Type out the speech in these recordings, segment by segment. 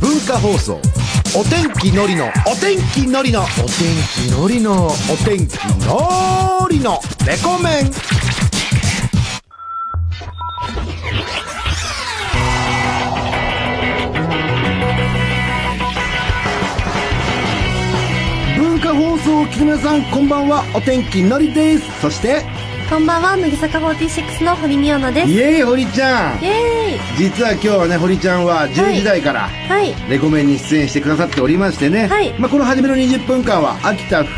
文化放送お天気のりのお天気のりのお天気のりのお天気のりのレコメン文化放送をお聞きの皆さんこんばんはお天気のりですそしてこんばんは、乃木坂46の堀美央奈です。イエーイ堀ちゃんイエーイ実は今日はね堀ちゃんは10時台から、はい、レコメンに出演してくださっておりましてね、はいまあ、この初めの20分間は秋田ふ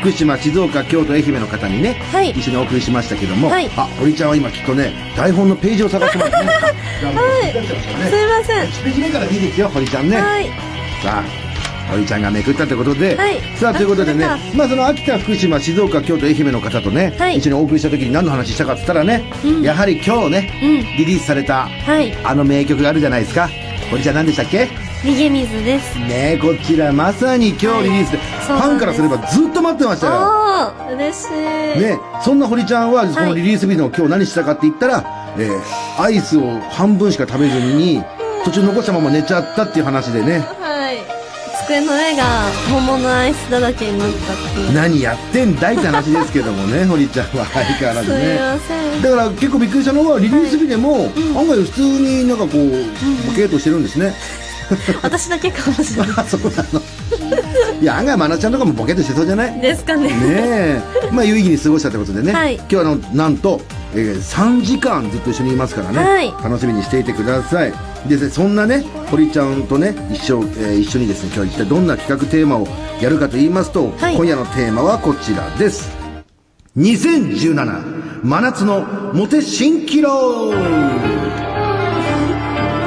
福島静岡京都愛媛の方にね、はい一緒にお送りしましたけども、はいあ堀ちゃんは今きっとね台本のページを探してますねはいすいませすいません。 1ページ目から見ていきよ堀ちゃんね、はい、さあ堀ちゃんがめくったということで、はいさあということでねあそれまあその秋田福島静岡京都愛媛の方とね、はい一緒にお送りした時に何の話したかっつったらね、うんやはり今日ね、うんリリースされたはい、あの名曲があるじゃないですか堀ちゃん何でしたっけ逃げ水です。ねえこちらまさに今日リリースで、そうなファンんですからすればずっと待ってましたよああ、嬉しい。ねえそんな堀ちゃんはこのリリース日の今日何したかって言ったら、えーアイスを半分しか食べずに途中残したまま寝ちゃったっていう話でねはい。机の上が桃のアイスだらけになったっていう。何やってんだいって話ですけども ね堀ちゃんは相変わらすずいねません。だから結構びっくりしたのはリリース日でも、案外普通になんかこうボケーっとしてるんですね、私だけかもしれなあ そうなのいや案外まなちゃんとかもボケーっとしてそうじゃないい。ですかね。ねえ、まあ有意義に過ごしたということでね、はい今日はあのなんと、えー3時間ずっと一緒にいますからね、はい楽しみにしていてくださいでそんなね堀ちゃんとね一緒,、えー一緒にですね今日一体どんな企画テーマをやるかと言いますと、はい今夜のテーマはこちらです2017真夏のモテ新キロ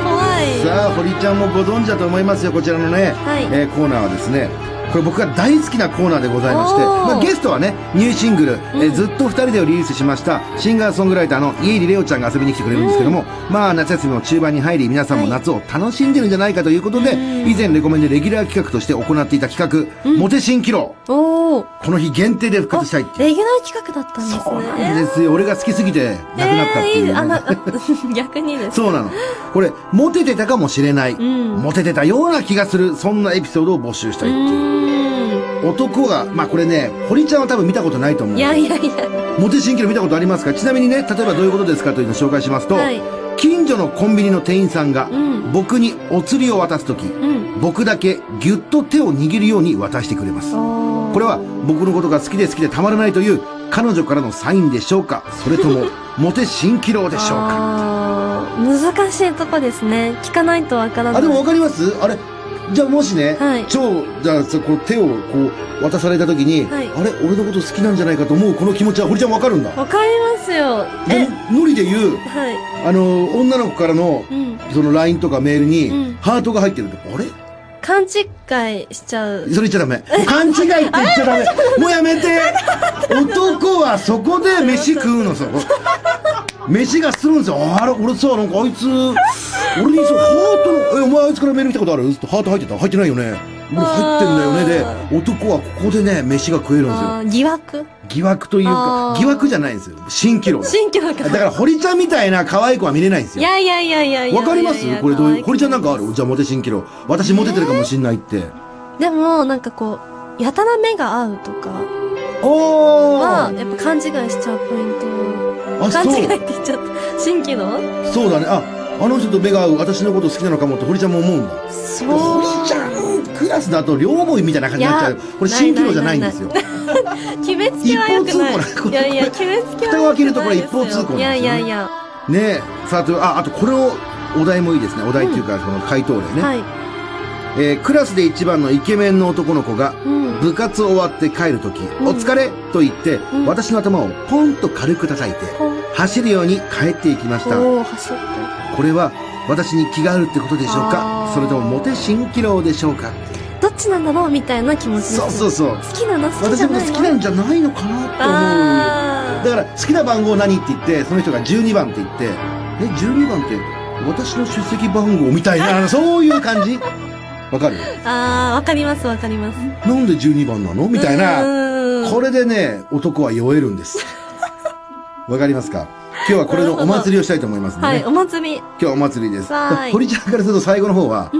怖い。さあ堀ちゃんもご存知だと思いますよこちらのね、はいえーコーナーはですねこれ僕が大好きなコーナーでございまして、おーまあ、ゲストはねニューシングル、えーずっと2人でをリリースしましたシンガーソングライターの家入レオちゃんが遊びに来てくれるんですけども、まあ夏休みも中盤に入り皆さんも夏を楽しんでるんじゃないかということで、以前レコメンでレギュラー企画として行っていた企画、モテ新キロおー。この日限定で復活したいっていうレギュラー企画だったんですね。そうなんですよ俺が好きすぎてえなーくなったっていう、えーいいあな 逆にです。そうなの。これ、モテてたかもしれない。んモテてたような気がする。そんなエピソードを募集したういっていう。ーん。男が、まあこれね、堀ちゃんは多分見たことないと思うい。やいやいや。モテ新規の見たことありますかちなみにね、例えばどういうことですかというのを紹介しますと、はい近所のコンビニの店員さんが、ん僕にお釣りを渡すとき、ん僕だけぎゅっと手を握るように渡してくれます。おーこれは僕のことが好きで好きでたまらないという彼女からのサインでしょうかそれと も、モテ新規郎でしょうかあー難しいとこですね聞かないとわからなあいでも分かりますあれじゃあもしね、はい超じゃあそこう手をこう渡された時に、はいあれ俺のこと好きなんじゃないかと思うこの気持ちは堀ちゃん分かるんだわかりますよでえノリで言うはあの女の子からの、いうんその LINE とかメールに、うんハートが入ってるとあれ勘違いしちゃうそれ言っちゃダメ勘違いって言っちゃダメもうやめて男はそこで飯食うのそこ飯がするんですよあれ俺さなんかあいつ俺にそうハートの「えお前あいつからメール見たことある?」ってハート入ってた入ってないよね俺入ってんだよねであ男はここでね飯が食えるんですよあー疑惑疑惑というかあー疑惑じゃないんですよ蜃気楼新居だかだからら堀ちゃんみたいな可愛い子は見れないんですいよやいやいやいやいやわかりますいやいやこれどういう可愛堀ちゃんなんかあるじゃあモテ蜃気楼私モテてるかもしんないって、でもなんかこうやたら目が合うとかおはーやっぱ勘違いしちゃうポイントあ勘そう違いって言っちゃった新規のそうだねああの人と目が合う私のこと好きなのかもって堀ちゃんも思うんだそう堀ちゃんクラスだと両思いみたいな感じになっちゃういやこれ新規郎じゃないんですよ決めつけは良くない一方通行だこれいやいや決めつけは良くないですよ蓋を開けるとこれ一方通行なんですよねいやいやいやねえさあというああとこれをお題もいいですねお題っていうかこの回答例ね、はいえークラスで一番のイケメンの男の子がうん部活終わって帰るとき、んお疲れと言って、ん私の頭をポンと軽く叩いてポン走るように帰っていきましたおお走ってこれは私に気があるってことでしょうかあーそれともモテ蜃気楼でしょうかどっちなんだろうみたいな気持ちですそうそうそう好きなの好き私じゃのことない好のきなんじゃないのかなと思あうだから好きな番号何って言ってその人が12番って言ってえ12番って私の出席番号みたい なそういう感じわかるーあーわかりますわかりますなんで12番なのみたいうなーんこれでね男は酔えるんですわかりますか日はこれのお祭りをしたいと思いますんでね、はい、お祭り。今日はお祭りですわーい堀ちゃんからすると最後の方は、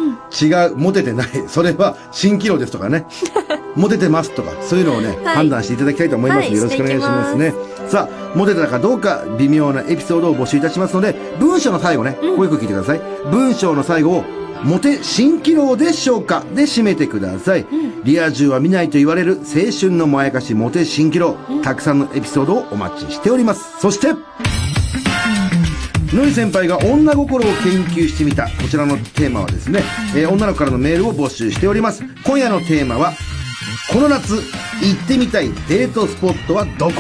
違うモテてないそれは蜃気楼ですとかね モテてますとかそういうのをね、はい判断していただきたいと思います、はいよろしくお願いしますねしさあモテたかどうか微妙なエピソードを募集いたしますので文章の最後ね、これよく聞いてください文章の最後をモテ蜃気楼でしょうかで締めてください、リア充は見ないと言われる青春のまやかしモテ蜃気楼、たくさんのエピソードをお待ちしておりますそしてのり先輩が女心を研究してみたこちらのテーマはですね、えー女の子からのメールを募集しております今夜のテーマはこの夏行ってみたいデートスポットはどこ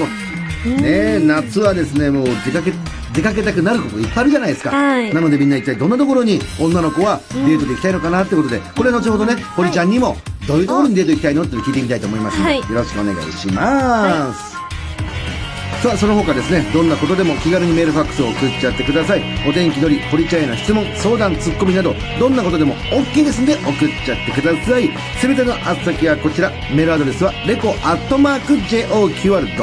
ねえ夏はですねもう出かけ出かけたくなることいっぱいあるじゃないですか、はいなのでみんな一体どんなところに女の子はデートで行きたいのかなってことで、これ後ほどね堀ちゃんにもどういうところにデート行きたいのっていうのを聞いてみたいと思いますので、はいよろしくお願いします、さあその他ですねどんなことでも気軽にメールファックスを送っちゃってくださいお天気のり堀ちゃんへの質問相談ツッコミなどどんなことでも OK ですんで送っちゃってください全てのあっ先はこちらメールアドレスはレコアットマーク JOQR.net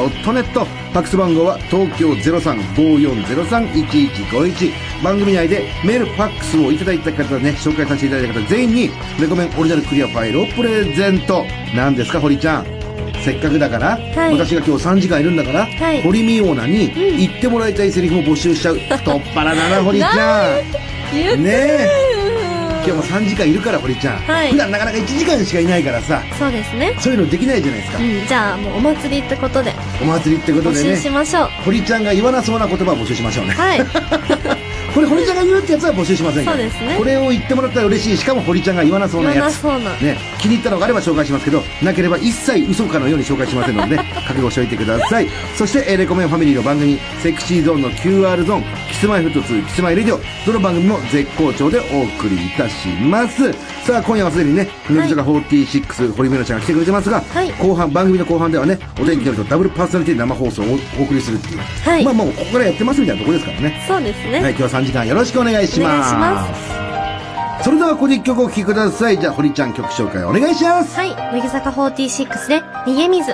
ファックス番号は東京0354031151番組内でメールファックスをいただいた方ね紹介させていただいた方全員にレコメンオリジナルクリアファイルをプレゼントなんですか堀ちゃんせっかくだから、はい私が今日3時間いるんだから、はい堀美央奈に言ってもらいたいセリフも募集しちゃう、太っ腹だな 堀ちゃ言んうねえ今日ーんも3時間いるから堀ちゃん、はい普段なかなか1時間しかいないからさそうですね。そういうのできないじゃないですかう、ん、じゃあもうお祭りってことでお祭りってこと募で集しねましょう。堀ちゃんが言わなそうな言葉を募集しましょうね はい。これ堀ちゃんが言うってやつは募集しませんよそうですねこれを言ってもらったら嬉しいしかも堀ちゃんが言わなそうな言わやつなそうな。ね、気に入ったのがあれば紹介しますけどなければ一切嘘かのように紹介しませんの でね覚悟しておいてくださいそしてえーレコメンファミリーの番組セクシーゾーンの QR ゾーンキスマイフットツーキスマイレディオどの番組も絶好調でお送りいたしますさあ今夜はすでにね乃木坂46、堀美乃ちゃんが来てくれてますが、はい後半番組の後半ではねお天気のりとダブルパーソナリティ生放送をお送りするっていう、はいまあもうここからやってますみたいなところですからねそうですはい、ね。今日は3時間よろしくお願いします。お願いしそれではここで一曲お聴きください。じゃあ、堀ちゃん曲紹介お願いします。はい、乃木坂46で逃げ水。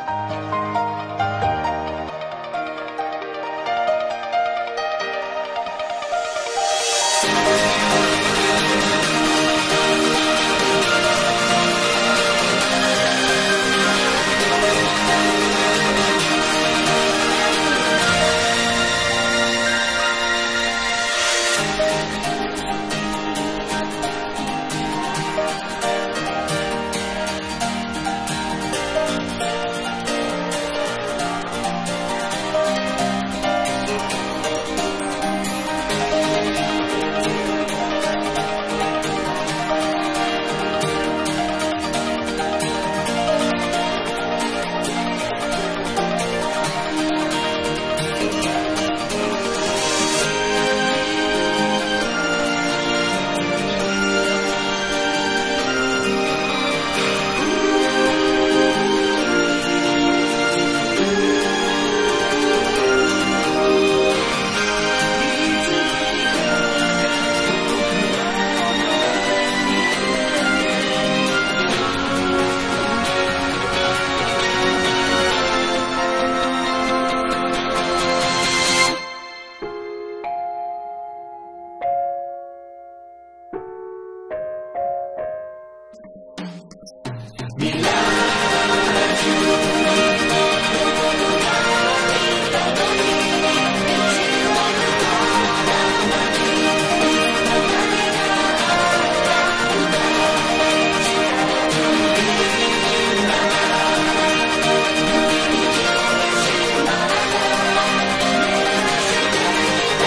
「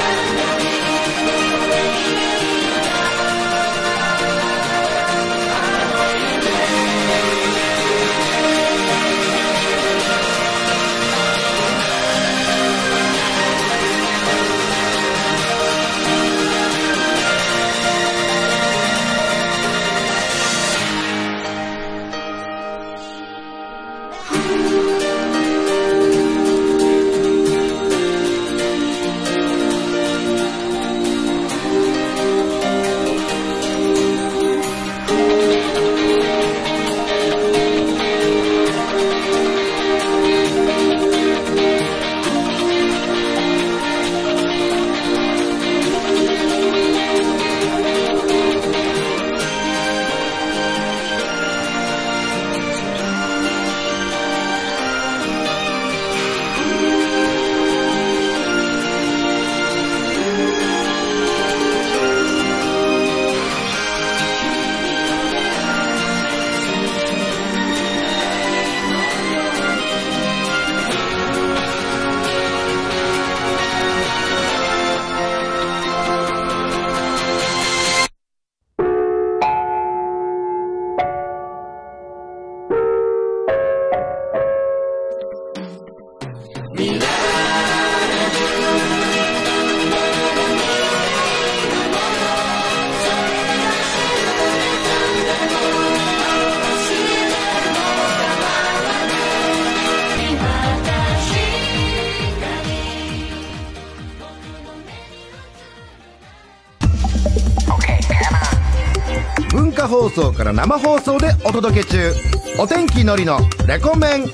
文化放送から生放送でお届け中お天気のりのレコメン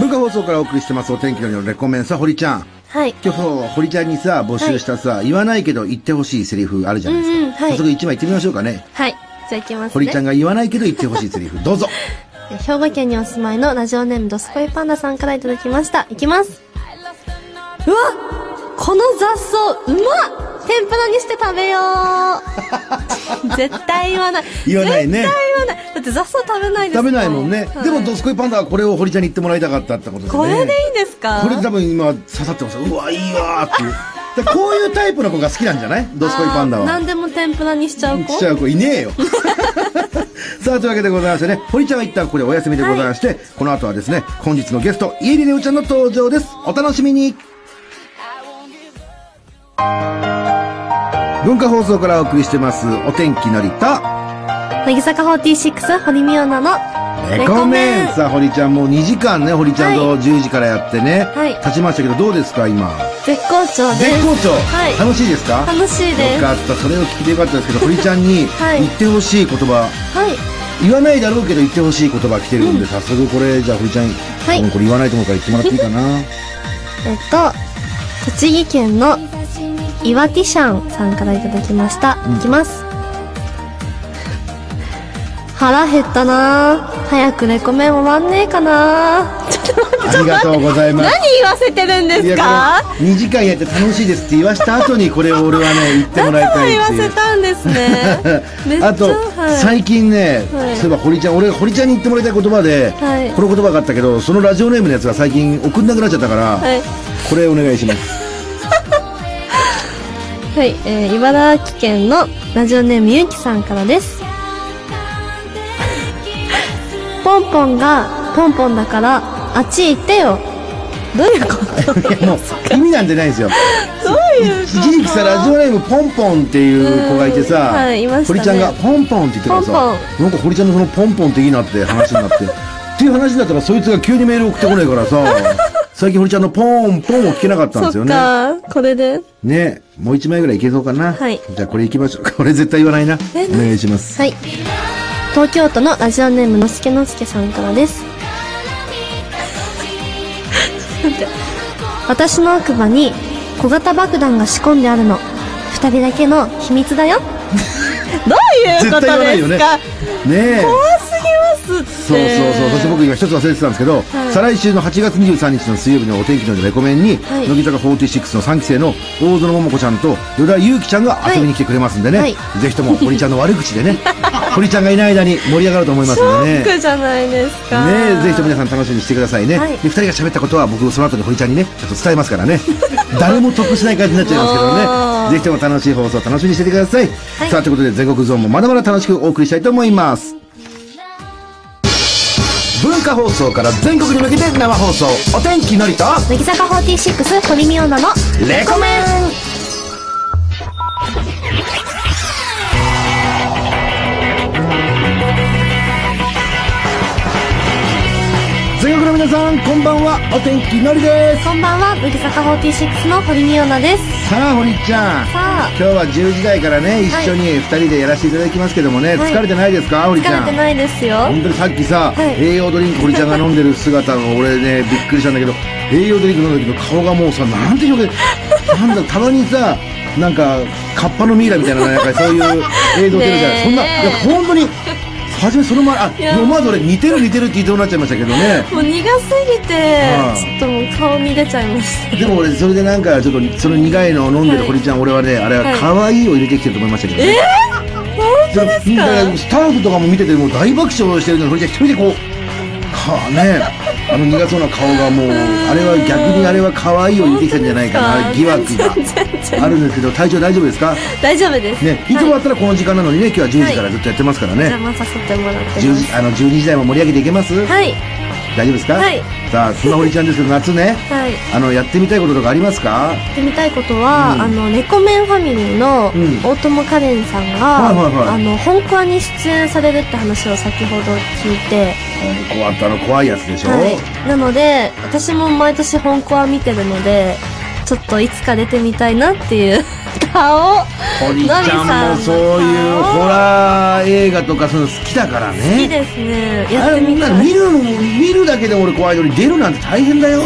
文化放送からお送りしてますお天気のりのレコメンさ、堀ちゃん。はい。今日、堀ちゃんにさ、募集したさ、言わないけど言ってほしいセリフあるじゃないですか。うんうんはい早速一枚言ってみましょうかね。はい。じゃあ行きますね。堀ちゃんが言わないけど言ってほしいセリフ、どうぞ。兵庫県にお住まいのラジオネームドスコイパンダさんからいただきました。いきます。うわこの雑草、うまっ天ぷらにして食べよ う絶対言わない。言わないね絶対言わない。だって雑草食べないです食べないもんね。でも、ドスコイパンダはこれを堀ちゃんに言ってもらいたかったってことですね。これでいいですかこれ多分今刺さってますうわいいわーっていうだからこういうタイプの子が好きなんじゃないドスコイパンダあーは何でも天ぷらにしちゃう子ちっちゃい子いねえよ さあというわけでございましてね堀ちゃんは一旦ここでお休みでございまして、この後はですね本日のゲスト家入レオちゃんの登場ですお楽しみに文化放送からお送りしてますお天気のりと乃木坂46堀美央奈のレコメンさあ堀ちゃんもう2時間ね堀ちゃんと10時からやってね、はい経ちましたけどどうですか今絶好調です絶好調、はい楽しいですか楽しいでよすはかったそれを聞いてよかったです けど堀ちゃんにはい言ってほしい言葉、い言わないだろうけど言ってほしい言葉来てるんで、早速これじゃあ堀ちゃん、い多分これ言わないと思うから言ってもらっていいかなえっと栃木県の岩木シャンさんからいただきました、いきます腹減ったなぁ早くレコメン終わんねえかなぁ ちょっと待ってありがとうございます何言わせてるんですか2時間やって楽しいですって言わした後にこれを俺はね言ってもらいだからたい 言わっていせうたんですね めっちゃあと、はい最近ね、はいそういえば堀ちゃん俺堀ちゃんに言ってもらいたい言葉で、はいこの言葉があったけどそのラジオネームのやつが最近送んなくなっちゃったから、はいこれお願いしますはい、えー、茨城県のラジオネームゆうきさんから です。ポンポンがポンポンだから、あっち行ってよ。どういうこと どいやもう意味なんてないんですよういうこと 一時期さラジオネームポンポンっていう子がいてさ、うんはいいましたね堀ちゃんがポンポンって言ってからさポンなんか堀ちゃんのそのポンポンっていいなって話になって っていう話だったらそいつが急にメール送ってこないからさ 最近堀ちゃんのポンポンを聞けなかったんですそよっねか、これで。ねもう一枚ぐらいいけそうかな、はいじゃあこれいきましょうこれ絶対言わないなえお願いしますはい。東京都のラジオネームのすけのすけさんから です。私の奥歯に小型爆弾が仕込んであるの。二人だけの秘密だよ。 どういう絶こと対言わないでよすねかねえ怖すぎますって。そうそうそう、そして僕今一つ忘れてたんですけど、はい再来週の8月23日の水曜日のお天気のレコメンに、はい乃木坂46の3期生の大園桃子ちゃんと与田祐希ちゃんが遊びに来てくれますんでね、はいぜひとも堀ちゃんの悪口でね堀ちゃんがいない間に盛り上がると思いますんでショ ねックじゃないですか。ねえぜひとも皆さん楽しみにしてくださいね、はいで2人が喋ったことは僕その後に堀ちゃんにねちょっと伝えますから ね誰も得しない感じになっちゃいますけどねおーぜひとも楽しい放送楽しみにしててください、いさあということで全国ゾーンもまだまだ楽しくお送りしたいと思います文化放送から全国に向けて生放送お天気のりと乃木坂46堀美央奈のレコメン全国の皆さんこんばんはお天気のりですこんばんは乃木坂46の堀美央奈ですさあ堀ちゃんさあ今日は10時台からね一はい緒に2人でやらせていただきますけどもね、はい疲れてないですか堀ちゃ疲んれてないですよ本当にさっきさ、はい栄養ドリンク堀ちゃんが飲んでる姿が俺ねびっくりしたんだけど栄養ドリンク飲んだ時の顔がもうさなんて表現なんだたまにさなんかカッパのミイラみたいななんかそういう映像出るじゃないねえそんないや本当に初めその前あや思わず俺似てる似てるって言いそうになっちゃいましたけどねもう苦すぎてはいちょっともう顔に出ちゃいましでも俺それでなんかちょっとその苦いのを飲んでる堀ちゃん、俺はねあれは可愛いを入れてきてると思いましたけどね、ただからスタッフとかも見ててもう大爆笑してるのに堀ちゃん一人でこうかあねあの苦そうな顔がもうあれは逆にあれは可愛いを言ってきたんじゃないかな疑惑があるんですけど体調大丈夫ですか大丈夫です、ねいつもだったらこの時間なのにね今日は10時からずっとやってますからね、邪魔させてもらってます10時あの12時台も盛り上げていけます、はい大丈夫ですか、はいさあそんな堀ちゃんですけど夏ねはいやあのやってみたいこととかありますかってみたいことは、あのレコメンファミリーのうん大友花恋さんが、はいはいはいあの本コアに出演されるって話を先ほど聞いて怖ったの怖いやつでしょ、はい、なので私も毎年本コア見てるのでちょっといつか出てみたいなっていう顔ホリちゃんもそういうホラー映画とかそういうの好きだからねいいですねやあってれみなた見いるの見るだけで俺怖いのに出るなんて大変だよ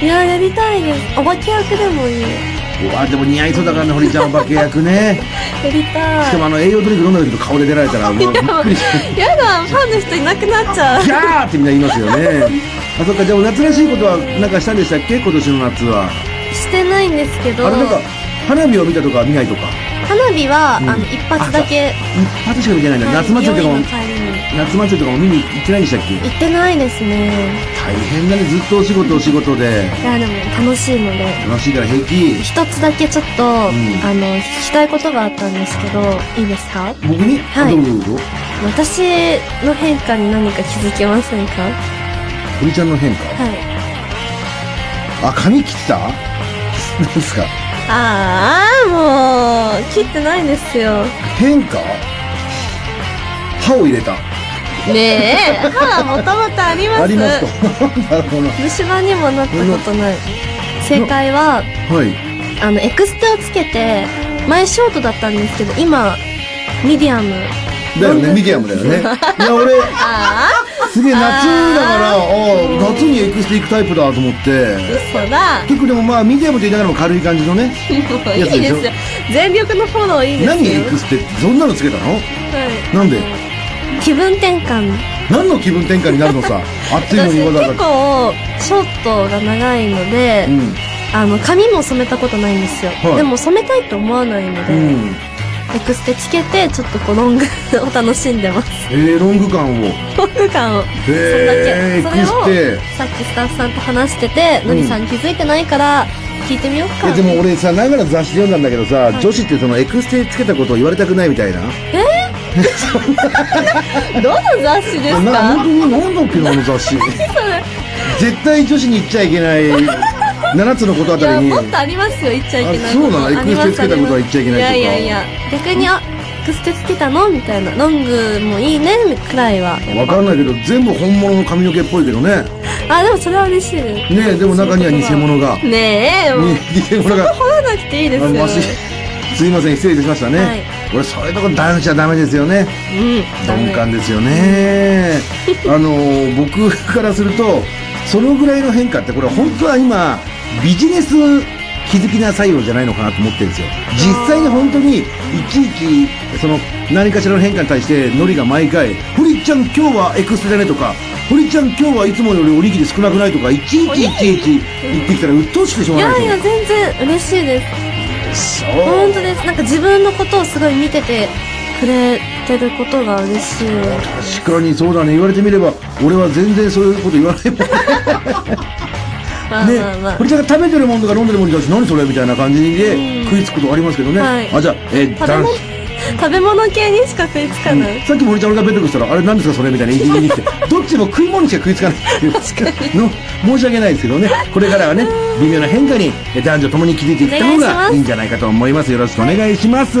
いややりたいですお化け役でもいいうわでも似合いそうだからね堀ちゃんお化け役ねやりたしかいもあの栄養ドリンク飲んだ時と顔で出られたらもうびっくりしてやだファンの人いなくなっちゃうギャーってみんな言いますよねあそっかじゃあ夏らしいことはなんかしたんでしたっけ今年の夏はしてないんですけどあれなんか花火を見たとか見ないとか花火は、うんあの一発だけ一発しか見てないんだ、はい夏祭りとか夜もの帰りに夏祭りとかも見に行ってないんでしたっけ行ってないですね大変だねずっとお仕事お仕事でいやでも楽しいので楽しいから平気一つだけちょっと、んあの聞きたいことがあったんですけどいいですか僕に、はいあどうぞどうぞ私の変化に何か気づけませんか堀ちゃんの変化はいあ髪切った何ですかああもう切ってないんですよ変化歯を入れたねえ歯はもともとありますありますか なるほど虫歯にもなったことない正解ははいあのエクステをつけて前ショートだったんですけど今ミディアムだよねミディアムだよねいや俺ああすげえ夏だからあ あー夏にエクステ行くタイプだと思って嘘だ結構でもまあミディアムと言いながらも軽い感じのねも ういいですよ全力のフォローいいですよ何エクステそんなのつけたのはなんでい気分転換何の気分転換になるの さ暑いの私にわざわ結ざ構ショットが長いので、うんあの髪も染めたことないんですよ、はいでも染めたいと思わないので、うんエクステつけてちょっとこうロングを楽しんでますえー、ロング感を ロング感をへえエそんクだけスそれをテさっきスタッフさんと話してて、んのりさん気づいてないから聞いてみよういかやでも俺さながら雑誌で読んだんだけどさ、女子ってそのエクステつけたことを言われたくないみたいなどの雑誌ですなか本当に何だっけなあの雑 誌絶対女子に言っちゃいけない7つのことあいたやりにもっとありますよ言っちゃいけないあそうなのことありますエクステつけたことは言っちゃいけないとかありますやいやいや逆にあエクステつけたのみたいなロングもいいねくらいは分かんないけど全部本物の髪の毛っぽいけどねあでもそれは嬉しいですねえでも中には偽物がねねえもう 偽物が掘らなくていいですあよマシすいません失礼いたしましたね、はい俺そういうとこ男子はダメですよねうん鈍感ですよねあの僕からするとそのぐらいの変化ってこれ本当は今ビジネス気づきな作用じゃないのかなと思ってるんですよ実際に本当にいちいちその何かしらの変化に対してノリが毎回「堀ちゃん今日はエクステだね」とか「堀ちゃん今日はいつもよりおにぎり少なくない」とかいちいちいちいち言ってきたら鬱陶しくてしょういがないでやいや全然嬉しいですすよ本当ですなんか自分のことをすごい見ててくれてることが嬉しい確かにそうだね言われてみれば俺は全然そういうこと言わないもんまあねまあまあ、、堀ちゃんが食べてるものとか飲んでるものに対して何それみたいな感じうでん食いつくことありますけどね、はいあじゃあ、えー食べ男物子食べ物系にしか食いつかない、さっきも堀ちゃん俺がベッドしたらあれ何ですかそれみたいな言いに来てどっちも食い物にしか食いつかないっていう の申し訳ないですけどねこれからはね微妙な変化にえー男女ともに気づいていった方お願いしまがすいいんじゃないかと思いますよろしくお願いし ます、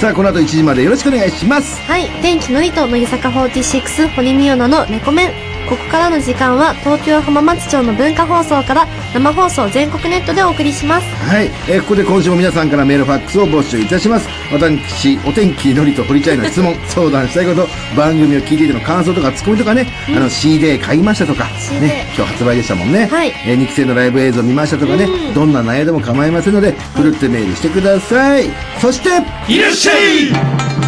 さあこの後1時までよろしくお願いしますはい、天気のりと乃木坂46堀美央奈のレコメン。ここからの時間は東京浜松町の文化放送から生放送全国ネットでお送りします。はい、えーここで今週も皆さんからメールファックスを募集いたします私お天気のりと堀ちゃんへの質問 相談したいこと番組を聞いていての感想とかツッコミとかね、あの CD 買いましたとか、 CD ね、今日発売でしたもんね、はいえー、2期生のライブ映像見ましたとかね、どんな内容でも構いませんのでふるってメールしてください、そして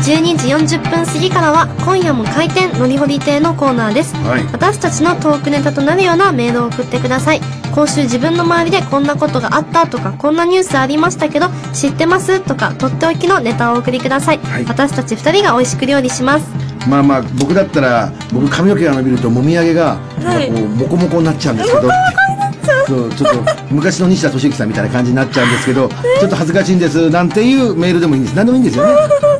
12時40分過ぎからは今夜も開店のりほり亭のコーナーです。はい私たちのトークネタとなるようなメールを送ってください。今週自分の周りでこんなことがあったとか、こんなニュースありましたけど、知ってますとか、とっておきのネタをお送りください。はい私たち二人が美味しく料理します。まあまあ僕だったら僕髪の毛が伸びるともみあげがなんかこうモコモコになっちゃうんですけど、そうちょっと昔の西田敏行さんみたいな感じになっちゃうんですけどちょっと恥ずかしいんですなんていうメールでもいいんです何でもいいんですよね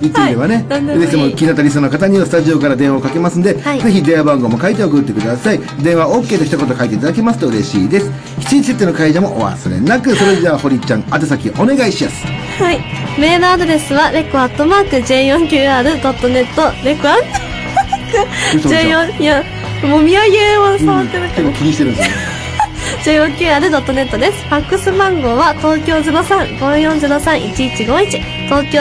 言ってみればね、何でもいぜいひとも気になったリスナーの方にはスタジオから電話をかけますんで、はいぜひ電話番号も書いて送ってください電話 OK と一言書いていただけますと嬉しいです7日設定の会社もお忘れなくそれじゃあ堀ちゃん宛先お願いしますはい。メールアドレスは、レコアットマーク J4QR.net、レコアットマーク嘘嘘 J4、いや、もみあげを触ってる結か構ら。気にしてるんですよ JOQR.net です。ファックス番号は東京03-5403-1151。東京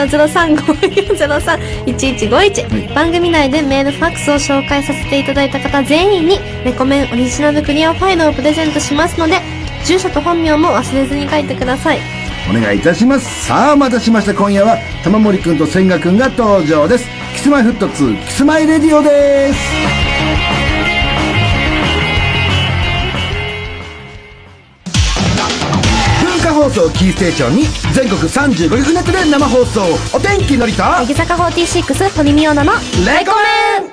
03-5403-1151。番組内でメール、ファックスを紹介させていただいた方全員に、レコメンオリジナルクリアファイルをプレゼントしますので、住所と本名も忘れずに書いてください。お願いいたしますさあお待たせしました今夜は玉森くんと千賀くんが登場ですキスマイフット2キスマイレディオです文化放送キーステーションに全国35局ネットで生放送お天気のりと乃木坂46、堀美央奈の、レコメン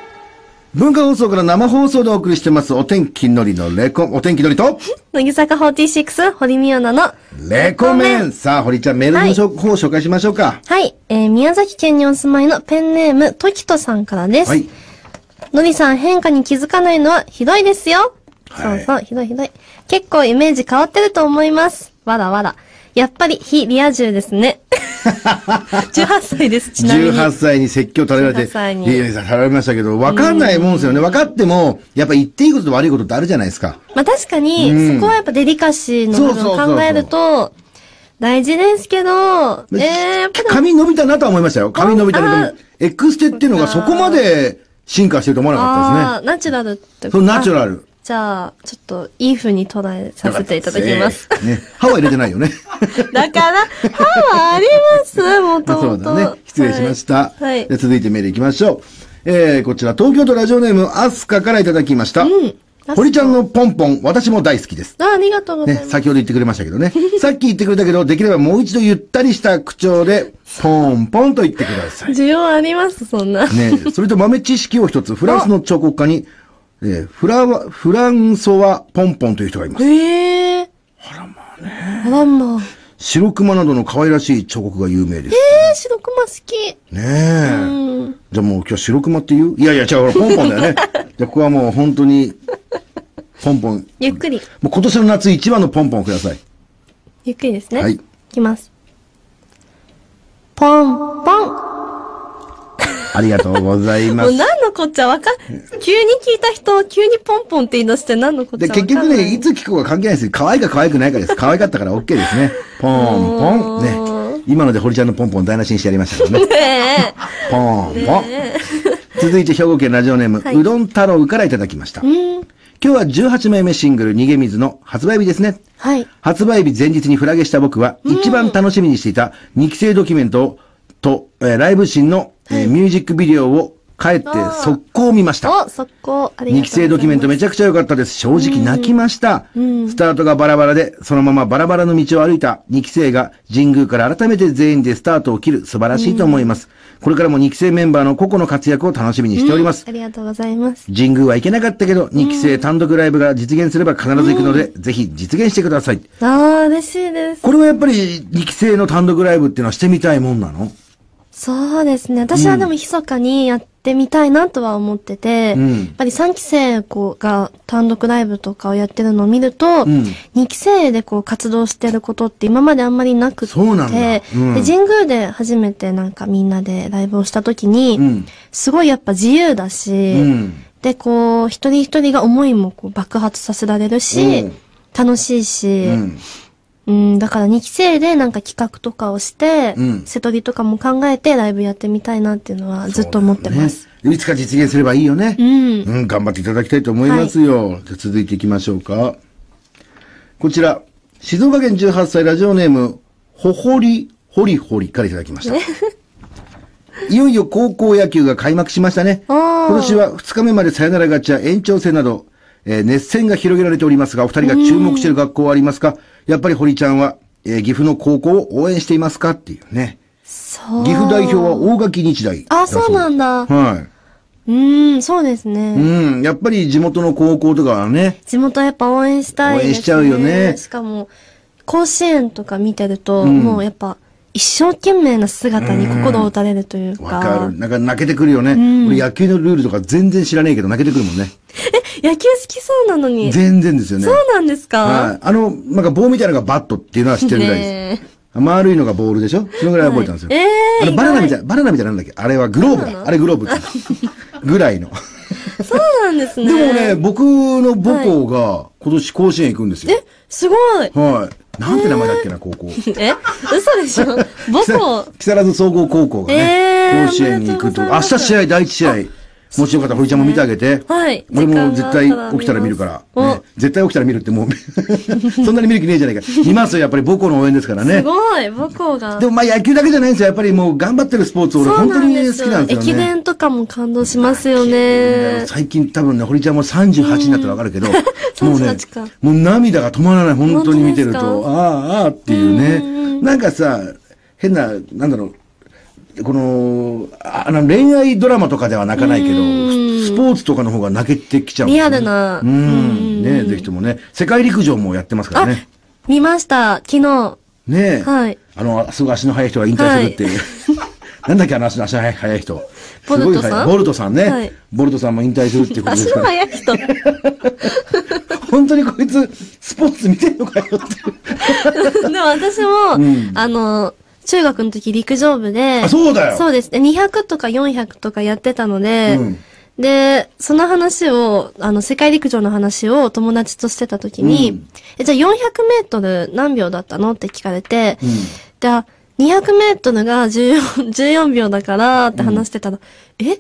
文化放送から生放送でお送りしてますお天気のりのレコお天気のりと乃木坂46、堀美央奈の、レコメンさあ堀ちゃんメールの紹方を紹介しましょうかはい、えー、宮崎県にお住まいのペンネーム、トキトさんからです。はいのりさん変化に気づかないのはひどいですよ。はいそうそう、ひどいひどい。結構イメージ変わってると思います。わらわら。やっぱり非リア充で すね。18歳です、ちなみに。 18歳に説教垂れられ18歳にて、いやいや、垂れられましたけど、わかんないもんですよね。わかっても、やっぱ言っていいことと悪いことってあるじゃないですか。まあ確かに、うんそこはやっぱデリカシーの部そう分そうそうそをう考えると、大事ですけど、えー、やっぱり髪伸びたなとは思いましたよ。髪伸びたあけど、エクステっていうのがそこまで進化してると思わなかったですああー、ナチュラルってね。そう、ナチュラル。ル。じゃあ、ちょっと、いい風に捉えさせていただきます。よかったですね。歯は入れてない よね。だから、歯はあります、もとそうもと。だね。失礼 しました。はい。はいで続いてメール行きましょう。えー、こちら、東京都ラジオネーム、アスカからいただきました。ん堀ちゃんのポンポン、私も大好きです。あありがとうございね、ます。先ほど言ってくれましたけ どね。さっき言ってくれたけど、できればもう一度ゆったりした口調で、ポンポンと言ってください。需要あります、そんな。ね、それと豆知識を一つ、 フランスの彫刻家に、えーフラワ、フランソワ・ポンポンという人がいます。へえ。あらまあね。あらまあ。白熊などの可愛らしい彫刻が有名です。えー、白熊好き。ねうえ。じゃあもう今日白熊って言ういやいや、違う、ほら、ポンポンだよ ね。じゃあここはもう本当に、ポンポン。ゆっくり。もう今年の夏一番のポンポンをください。ゆっくりですね。はいいきます。ポン、ポン。ありがとうございまもうす。何のこっちゃわかん、急に聞いた人を急にポンポンって言い出して何のこっちで、ゃわかん結ない。局ね、いつ聞こうか関係ないですよ。可愛いか可愛くないかです。可愛かったから OK ですね。ポンポン。ね。今ので堀ちゃんのポンポン台無しにしてやりましたけどね。ねえ。ポンポン。続いて兵庫県ラジオネーム、はいうどん太郎からいただきました。今日は18枚目シングル、逃げ水の発売日ですね。はい。発売日前日にフラゲした僕は、一番楽しみにしていた2期生ドキュメントと、えーライブシーンの、えーミュージックビデオを帰って速攻見ました。お、速攻、ありがとうございます。二期生ドキュメントめちゃくちゃ良かったです。正直泣きました。スタートがバラバラで、そのままバラバラの道を歩いた二期生が神宮から改めて全員でスタートを切る素晴らしいと思います。これからも二期生メンバーの個々の活躍を楽しみにしておりますあ。りがとうございます。神宮は行けなかったけど、二期生単独ライブが実現すれば必ず行くので、ぜひ実現してください。ああ、嬉しいです。これはやっぱり二期生の単独ライブっていうのはしてみたいもんなのそうですね。私はでも密かにやってみたいなとは思ってて、うんやっぱり3期生こうが単独ライブとかをやってるのを見ると、ん2期生でこう活動してることって今まであんまりなくて、そうなんだでうん神宮で初めてなんかみんなでライブをした時に、うんすごいやっぱ自由だし、うんで、こう、一人一人が思いもこう爆発させられるし、うん楽しいし、うん。うん、だから2期生でなんか企画とかをして、うん瀬戸りとかも考えてライブやってみたいなっていうのはずっと思ってます。ねいつか実現すればいいよね。うんうん、頑張っていただきたいと思いますよ。じゃあ続いていきましょうか。こちら、静岡県18歳ラジオネーム、ほほり、ほりほりからいただきました。 いよいよ高校野球が開幕しましたね。おー今年は2日目までサヨナラ勝ちや延長戦など、えー熱戦が広げられておりますが、お二人が注目している学校はありますかやっぱり堀ちゃんは、えー岐阜の高校を応援していますかっていうね。そう。岐阜代表は大垣日大。あ、そうなんだそうだ。です。はい。うん、そうですね。うん、やっぱり地元の高校とかはね、地元やっぱ応援したいです、ね。応援しちゃうよねしかも、甲子園とか見てると、もうやっぱ、一生懸命な姿に心を打たれるというわかかる。。なんか泣けてくるよね。俺野球のルールとか全然知らねえけど泣けてくるもんね。え、野球好きそうなのに。全然ですよね。そうなんですか、はい。あの、なんか棒みたいなのがバットっていうのは知ってるぐらいです。ね丸いのがボールでしょそのぐらい覚えたんですよ。はいえーあの意外バナナみたいな、バナナみたいなのなんだっけあれはグローブそうなだ。のあれグローブって言 うぐらいの。そうなんですでね。もね、僕の母校が、こ今年甲子園行くんですよえ。、すごい。はい。なんて名前だっけな、高校。え、嘘でしょ母校。木更津総合高校がえね、ー甲子園に行くと。おめでとうござい明ます日試合、第一試合。もしよかったら、堀ちゃんも見てあげて。はい俺も時絶間対があったら起きたら見るから。見ますね絶対起きたら見るってもう、 そんなに見る気ねえじゃないか。見ますよ、やっぱり母校の応援ですからすね。ごい、母校が。でもまあ野球だけじゃないんですよ。やっぱりもう頑張ってるスポーツ、俺そう本当なんにで好すきなんです駅よね。伝とかも感動しますよね。最近多分ね、堀ちゃんも38になったらわかるけど、 もうね38か、もう涙が止まらない、本当に見てる本当と、ですああ、ああっていうね。なんかさ、変な、なんだろう、この、ああの恋愛ドラマとかでは泣かないけど、スポーツとかの方が泣けてきちゃう。リアルなう。ん。ねぜひともね、世界陸上もやってますからあね。、見ました、昨日。ねえ。はいあの、すごい足の速い人が引退するっていう。 なんだっけ、あの足の足の速い速い人。ボルトさんすごい速いボルトさんね、はいボルトさんも引退するっていうことで足すかのら。速い人。本当にこいつ、スポーツ見てんのかよっていう。でも私も、あの、中学の時陸上部で、あそうだよそうですね。200とか400とかやってたので、うんで、その話を、あの、世界陸上の話を友達としてた時に、え、じゃあ400メートル何秒だったのって聞かれて、じゃあ200メートルが14 14秒だからって話してたら、え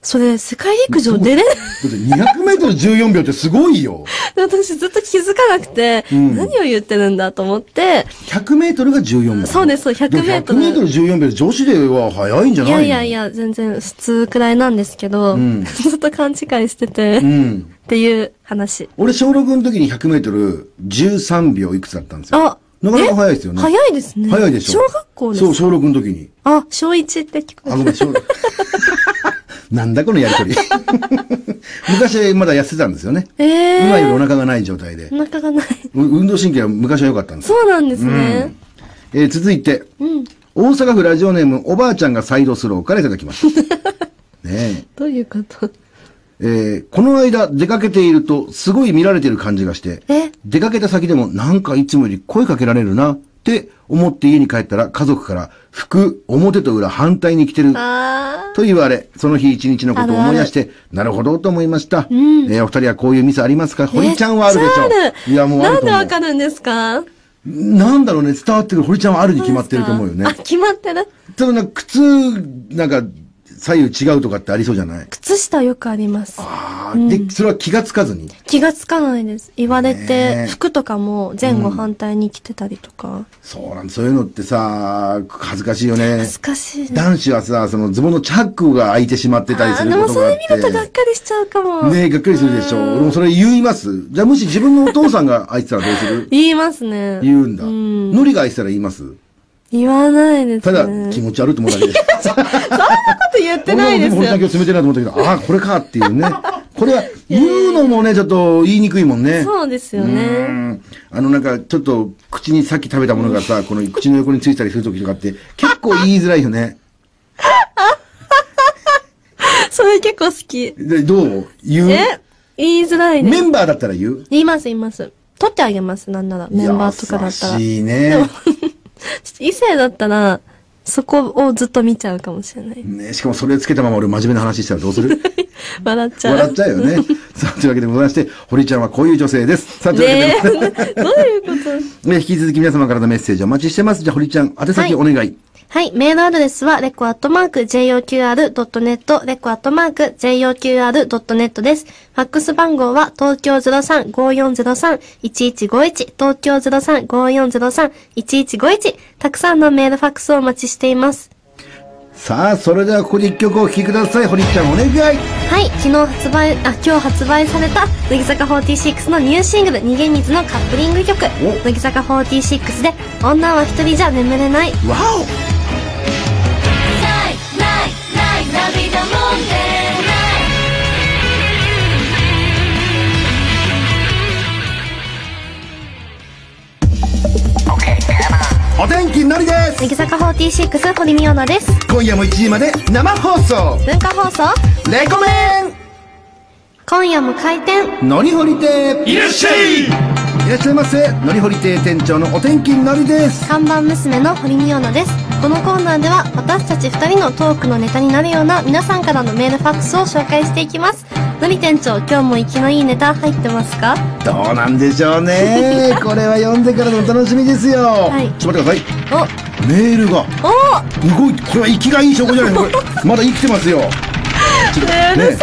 それ世界陸上出れない だって200メートル14秒ってすごいよ。私ずっと気づかなくて、何を言ってるんだと思って、 100メートルが14秒。そうですそう100メートルでも100メートル14秒、女子では速いんじゃないいのやいやい。や、全然普通くらいなんですけど、ずっと勘違いしてて、うっん。ていう話。俺、小6の時に100メートル13秒いくつだったんですよ。あなかなか速いですよね。早いですね。早いでしょ。小学校ですそう、小6の時に。あ、小1って聞こあ、ごめん、 小なんだこのやりとり。昔まだ痩せてたんですよね。ええ今よりー。お腹がない状態で。お腹がない。う運動神経は昔は良かったんです。そうなんですね。えー続いて、大阪府ラジオネーム、おばあちゃんがサイドスローからいただきま した。ねどういうことええーこの間出かけていると、すごい見られてる感じがしてえ、出かけた先でもなんかいつもより声かけられるなって思って家に帰ったら家族から、服、表と裏反対に着てるあと言われ、その日一日のことを思い出して、なるほどと思いました。えーお二人はこういうミスありますかー。堀ちゃんはあるでしょめっちゃあう。いや、もうあなるんとで思わう。かるんですかなんだろうね、伝わってくる。堀ちゃんはあるに決まってると思うよねあ、。決まってるただなんか靴、なんか、左右違うとかってありそうじゃない靴下よくあります。ああ、で、それは気がつかずに。気がつかないです。言われねえて、服とかも前後反対に着てたりとか。そうなんそういうのってさ、恥ずかしいよね。難しいね。男子はさ、そのズボンのチャックが開いてしまってたりすあーでるこもとそがあっれて。見るとがっかりしちゃうかも。ねえ、がっかりするでしょ。俺もそれ言います。じゃあ、もし自分のお父さんが開いてたらどうする言いますね。言うんだ。んノリが開いてたら言います言わないですたね。だ、気そん持ち悪いと思うだけです。なこと言って俺なはいででもこすれだけよ。を冷てえなと思ったけど、ああ、これかっていうね。これは、言うのもね、ちょっと言いにくいもんね。そうですようね。んあのなんかちょっと口にさっき食べたものが さ、この口の横についたりするときとかって結構言いづらいよね。それ結構好き。で、どう言うえ言いづらいでメす。ンバーだったら言う言います、言います。取ってあげます、なんなら。メンバーとかだった優ら。ちょしいね。っと異性だったら、そこをずっと見ちゃうかもしれない。ね、しかもそれつけたまま俺真面目な話したらどう する笑っちゃう。笑っちゃうよ ね。さあ、というわけでございまして、堀ちゃんはこういう女性です。さあ、というわねけでございまして、え、 どういうことね、引き続き皆様からのメッセージお待ちしてます。じゃあ、堀ちゃん、宛先お願い。はい、メールアドレスは、レコアットマーク、joqr.net、レコアットマーク、joqr.net です。ファックス番号は、東京03-5403-1151、東京03-5403-1151、たくさんのメールファックスをお待ちしています。さあ、それではここで一曲お聴きください。堀ちゃん、お願い。はい、昨日発売、あ、今日発売された、乃木坂46のニューシングル、逃げ水のカップリング曲、お乃木坂46で、女は一人じゃ眠れない。わおないないない涙もんでないお天気のりで乃す木坂46、堀美央奈です。今夜も1時まで生放送文化放送レコメ今夜も開店ンのりほり亭いらっしゃいいらっしゃいませのりほり亭店長のお天気のりです看板娘の堀美央奈ですこのコーナーでは私たち2人のトークのネタになるような皆さんからのメールファックスを紹介していきますのり店長今日も息のいいネタ入ってますかどうなんでしょうねこれは読んでからのお楽しみですよ、いちょっと待ってくだおさいメールがお動いてこれは生きがいい証拠じゃないこれまだ生きてますよちょっとね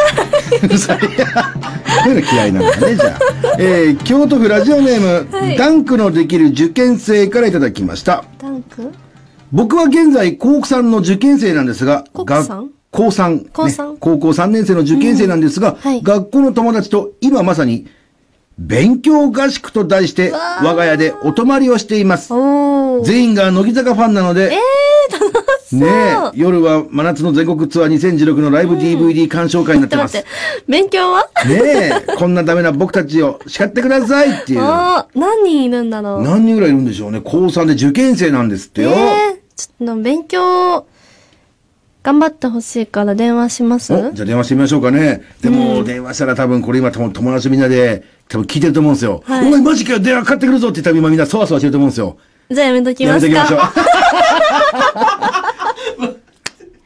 うるさいそういうの嫌いなんだねじゃあ、えー京都府ラジオネーム、はいダンクのできる受験生からいただきましたダンク僕は現在、高3の受験生なんですが、高が三高3、高三ね高校3年生の受験生なんですが、はい学校の友達と今まさに、勉強合宿と題して、わー我が家でお泊まりをしています。おー全員が乃木坂ファンなので、ねえそう夜は真夏の全国ツアー2016のライブ DVD 鑑賞会になってちょっまとす待って。勉強はねえ、こんなダメな僕たちを叱ってくださいっていう。 あー何人いるんだろう何人ぐらいいるんでしょうね。高3で受験生なんですってよ。えー、ちょっと勉強頑張ってほしいから電話しますおじゃあ電話してみましょうかね。でも、電話したら多分これ今友友達みんなで多分聞いてると思うんですよ。はいお前マジかよ電話かかってくるぞって言ったら今みんなそわそわしてると思うんですよ。じゃあやめときやまめとすきましょか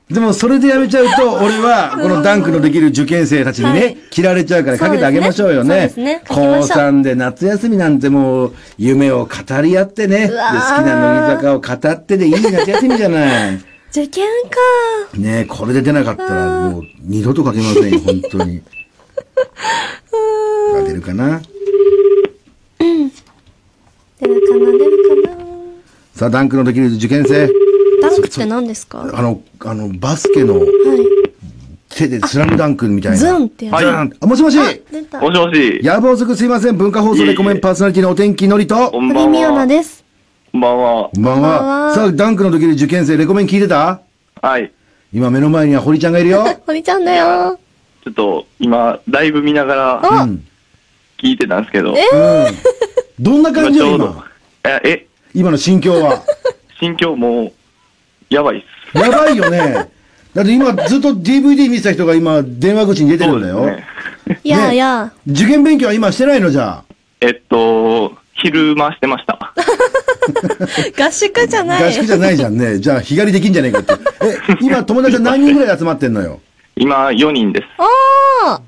う。 でもそれでやめちゃうと、俺はこのダンクのできる受験生たちにね、はい切られちゃうからかけてあげましょうよそうね。ですねそう高ですねかけましょう3で夏休みなんてもう夢を語り合ってね。で好きうわーな乃木坂を語ってでいい夏休みじゃない。受験かねえ、これで出なかったら、もう、二度とかけませんよ、本当 に。が出るかな出るかな出るかなさあ、ダンクのできる受験生。ダンクって何ですかはあの、あの、バスケのい手でスラムダンクみたいな。ズンってやつズンあ、もしもし出たもしもし。野望族すいません。文化放送レコメンパーソナリティのお天気のりと。ここんプばリんミオナは。ですこんばんは。んばんこんばんは。はさあ、ダンクのできる受験生、レコメン聞いてたはい。今目の前には堀ちゃんがいるよ。 堀ちゃんだよちょっと、今、ライブ見ながらあ、うん。聞いてたんですけど。えうん。どんな今感じちよ、ょうど今。。え、え今の心境は。心境もう、やばいっす。やばいよね。だって今ずっと DVD 見てた人が今電話口に出てるんだそうよ。ですねいやあや受験勉強は今してないのじゃあ。えっと、昼間してました。あ合宿じゃない合宿じゃないじゃんね。じゃあ日帰りできんじゃねえかって。え、今友達は何人ぐらい集まってんのよ。今、4人です。おー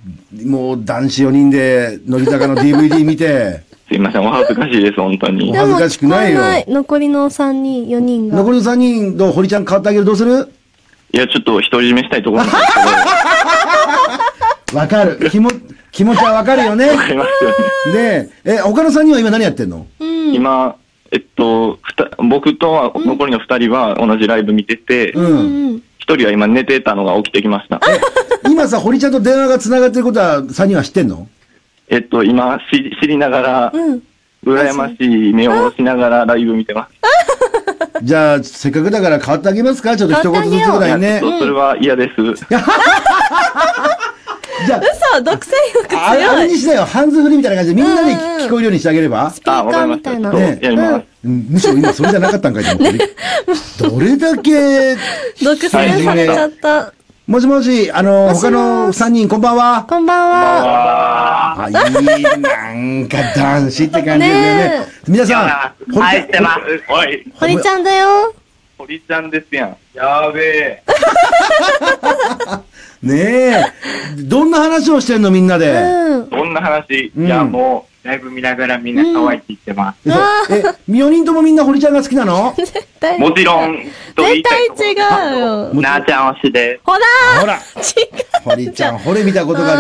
もう男子4人で乃木坂の DVD 見て、すいません。お恥ずかしいです、本当にお。恥ずかしくないよでも聞こえ残りの3人4人が残りの3人と堀ちゃん変わってあげるどうするいや、ちょっと独り占めしたいところなんですけど、わわかる。気も、気持ちはわかるよね。か りますよね。で、え、他の3人は今何やってんのうん今、えっと、ふた僕とは、残りの2人は同じライブ見てて、う1ん。うん人は今寝てたのが起きてきました。今さ、堀ちゃんと電話が繋がってることは3人は知ってんのえっと、今、知り知りながら、うん羨ましい目をしながらライブ見てます。じゃあ、せっかくだから変わってあげますかちょっと一言ずつぐらいいやねちょ。っとそれは嫌です。じゃあ、嘘独占欲あれあ強れいにしなよ。ハンズフリーみたいな感じでみんなでうんうん聞こえるようにしてあげればス。ピーカーみたいなあわかりまねしたちょっとやります。うんむしろ今それじゃなかったんかいと思 って。どれだけ、独占されちゃったもしもし、あの、もしもし他の3人こんばんは。こんばんはああ、いい、なんか男子って感じですよねね。皆さん、堀ちゃん、す。おい、堀ちゃんだよ堀ちゃんですやん。やーべえ。ねえ、どんな話をしてんのみんなで。うんどんな話、うんいやもう、ライブ見ながらみんな可愛いって言ってます。えそうあえ、4人ともみんな堀ちゃんが好きなの大もちろん、と言い絶た対いとこ違うよなあちゃん推しでほらほら、違堀うちゃん、惚れ見たことが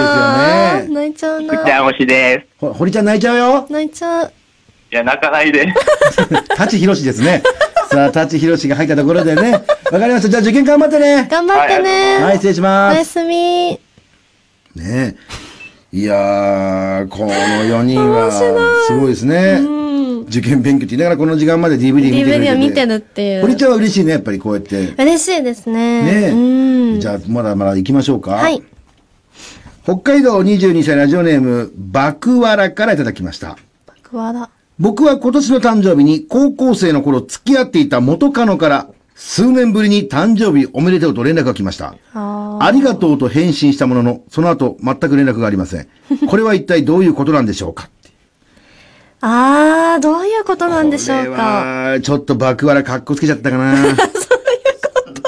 あですよーね。泣いちゃうす。ちなゃん推しです。ほ堀ちゃん泣いちゃうよ。 泣いちゃういや、泣かないで。舘ひろしですね。さあ、舘ひろしが入ったところでね。わかりました。じゃあ受験頑張ってね。頑張ってはい、ね失礼しおまやす。すみねえ。いやー、この4人は、すごいですねう。ん受験勉強って言いながらこの時間まで DVD 見てる。 DVD を見てるってい堀うちゃんは嬉しいね、やっぱりこうやって。嬉しいですねねうんえ。じゃあ、まだまだ行きましょうか。はい。北海道22歳ラジオネーム、バクワラからいただきました。クワラ僕は今年の誕生日に高校生の頃付き合っていた元カノから数年ぶりに誕生日おめでとうと連絡が来ました。あーありがとうと返信したものの、その後全く連絡がありません。これは一体どういうことなんでしょうかあーどういうことなんでしょうか これはちょっと爆笑かっこつけちゃったかな。こ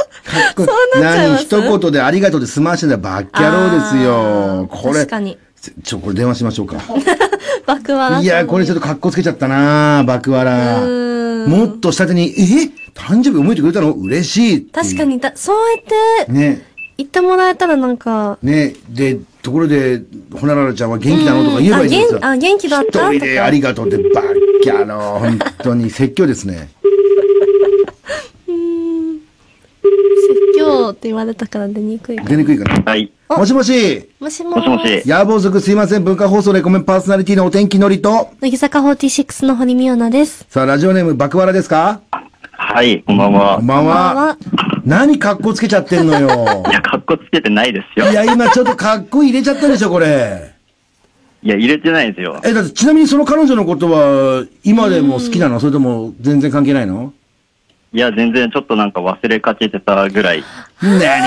そうなっちゃいま何す一言でありがとうで済ましてたバッキャローですよ。あーこれ。確かにちょ、これ電話しましょうか。爆笑いや、これちょっと格好つけちゃったなバクワラ。うーんもっと下手に、え誕生日思えてくれたの嬉しいっていう確か。にだ、そうやってね。言ってもらえたらなんか、ね。で、ところで、ほなららちゃんは元気なのとか言えばいいじゃないですうんあ元か。あ元気だったとか一人でありがとうってバッキャロー。本当 に説教ですね。説教って言われたから出にくいか出にくいかな。はい。あもしもし。もしももしもし。野望族すいません。文化放送レコメンパーソナリティのお天気のりと。乃木坂46の堀美央奈です。さあ、ラジオネーム、バクワラですかはい、こんばんはこん。ばんこんばんはは。何格好つけちゃってんのよい。や、かっこつけてないですよ。いや、今ちょっと格好入れちゃったでしょ、これ。いや、入れてないですよ。え、だってちなみにその彼女のことは、今でも好きなのそれとも全然関係ないのいや、全然ちょっとなんか忘れかけてたぐらい。何格好、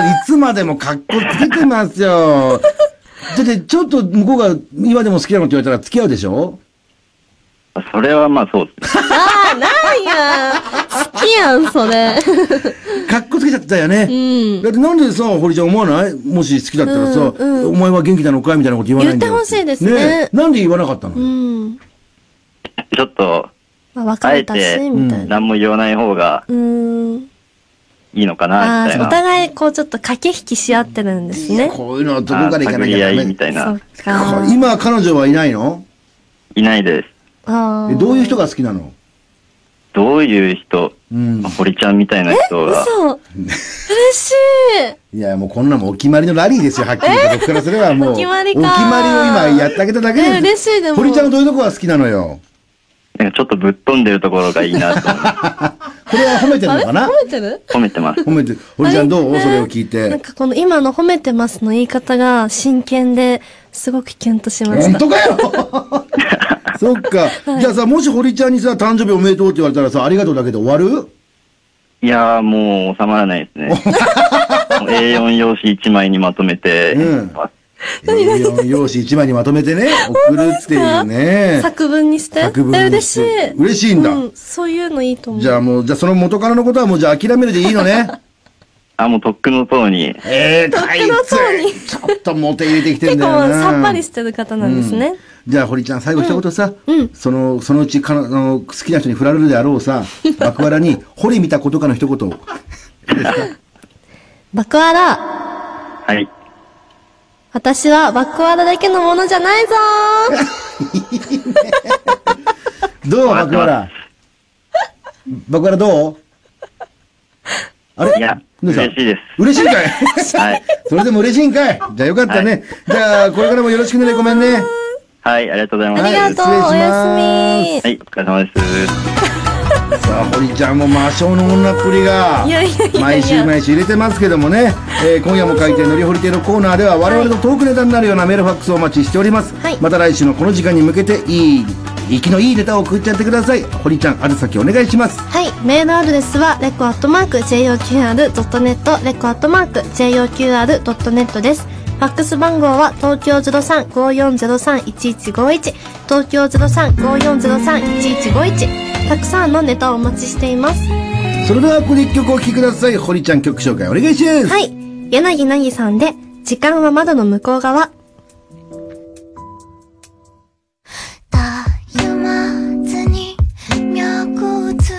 いつまでも格好つけてますよ。だってちょっと向こうが今でも好きなのって言われたら付き合うでしょそれはまあそうですね。ああ、なんや。好きやん、それ。格好つけちゃったよね。うんだってなんでさ、堀ちゃん思わないもし好きだったらさ、うんうんお前は元気なのかいみたいなこと言わないんだよ言ってほしいですねえなんで言わなかったの、うん。 ちょっと、まあ、別あえれたし、て、みたいな。何も言わない方がうーん。いいのかな、あみたあ、いおな。互い、こう、ちょっと駆け引きし合ってるんですね。そこういうのはどこから行かなきゃダあー探り合メいみたいなっ。か。こう今彼女はいないのいないです。あえあ。どういう人が好きなのどういう人、うんまあ堀ちゃんみたいな人が。嘘。嬉しい。いや、もうこんなもんお決まりのラリーですよ、はっきり言って。僕からすればもう。お決まりかお決まりを今やってあげただけです。え嬉しいでも堀ちゃんのどういうとこが好きなのよ。なんかちょっとぶっ飛んでるところがいいなと 思ってこれは褒めてるあのれかな褒めてる褒めてます。褒めてる。堀ちゃんどうそれを聞いなんて。かこの今の褒めてますの言い方が真剣ですごくキュンとしまし本た。当かよ そっか。じゃあさ、もし堀ちゃんにさ、誕生日おめでとうって言われたらさ、ありがとうだけで終わるいやーもう収まらない ですね。もう A4 用紙1枚にまとめて、うん4用紙1枚にまとめてね、送るっていうね。作文にして。作文えに嬉ししてい。嬉しいんだうそういうのいいと思う。じゃあもう、じゃあその元からのことはもうじゃあ諦めるでいいのね。あ、もうとっくの塔に、ええー、あいの層につ、ちょっとモテ入れてきて結ん構だよな。さっぱりしてる方なんですね。じゃあ、堀ちゃん、最後一言さ、うんうんその、そのうちかなあの、好きな人に振られるであろうさ、爆笑に、堀見たことかの一言を。バクアラ、はい。私はバクアラだけのものじゃないぞーどう、わかっ爆てま笑す爆笑どうあれいやどうした嬉しいです嬉しいんか いはい。それでも嬉しいんかいじゃあよかったね。じゃあ、これからもよろしくね、ごめんね。はい、ありがとうございます。あはりいがと失礼う、おしますやすはい、お疲れ様です。さあ、堀ちゃんも魔性の女っぷりがいやいやいやいや毎週毎週入れてますけどもね、えー今夜も書いてのりほり亭のコーナーでは我々のトークネタになるようなメールファックスをお待ちしております、はいまた来週のこの時間に向けていい息のいいネタを送っちゃってください堀ちゃんある先お願いしますみはい、メールアドレスは、レコアットマーク、JOQR.net、レコアットマーク、JOQR.net です。ファックス番号は、東京03-5403-1151、東京03-5403-1151。たくさんのネタをお待ちしています。それではここで一曲お聴きください堀ちゃん曲紹介お願いします、はい。柳なぎさんで、時間は窓の向こう側。たゆまずに脈打つ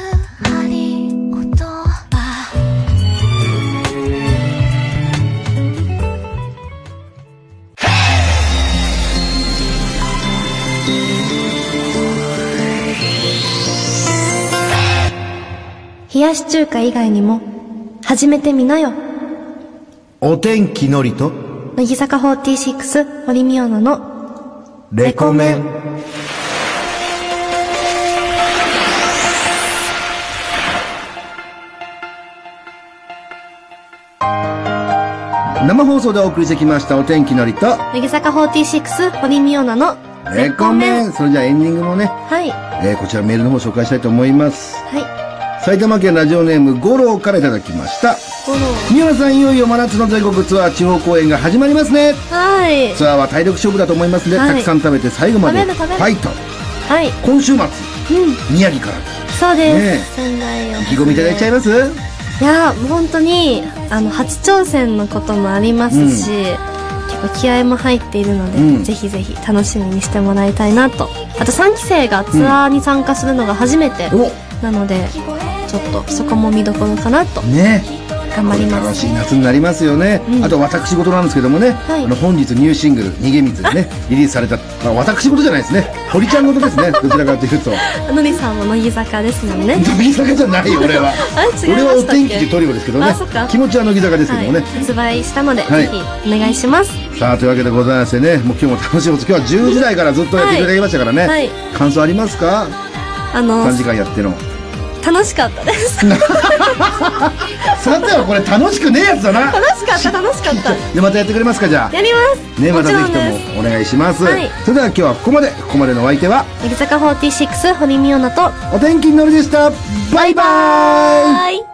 針音は冷やし中華以外にも、始めてみなよ。お天気のりと乃木坂46、堀美央奈の、レコメン生放送でお送りしてきましたお天気のりと乃木坂46、堀美央奈の、レコメン。ンそれじゃあエンディングもね、はい。はえーこちらメールの方紹介したいと思います。い。埼玉県ラジオネーム五郎からいただきました。フォロー。宮野さん、いよいよ真夏の全国ツアー地方公演が始まりますね。はい。ツアーは体力勝負だと思いますので、はいたくさん食べて最後まで食べるフ食べるァイト。はい。今週末、うん。宮城からそうねです。仙台を。意気込みいただいちゃいますいやー本当にあの初挑戦のこともありますし、結構気合も入っているので、うんぜひぜひ楽しみにしてもらいたいなとあと3期生がツアーに参加するのが初めておなので、ちょっとそこも見どころかなとね頑張りま楽すしい夏になりますよね、あと私事なんですけどもね、はいあの本日ニューシングル「逃げ水」でねリリースされた、まあ、私事じゃないですね堀ちゃん事 ですねどちらかというとのりさんも乃木坂ですもんね乃木坂じゃ ないよ俺はあれ違いましたっけ俺はお天気でトリオですけどねあそっか気持ちは乃木坂ですけどもね、はい、発売したので、はいぜひお願いしますさあというわけでございましてねもう今日も楽しいこと今日は10時台からずっとやっていただきましたからね、はい感想ありますかあの3時間やっての楽しかったですさてはこれ楽しくねえやつだな楽しかった楽しかったでまたやってくれますかじゃやりますあねまたぜもひちろんですともお願いします、はいそれでは今日はここまでここまでのお相手は乃木坂46堀美央奈とお天気のりでしたバイバイバイ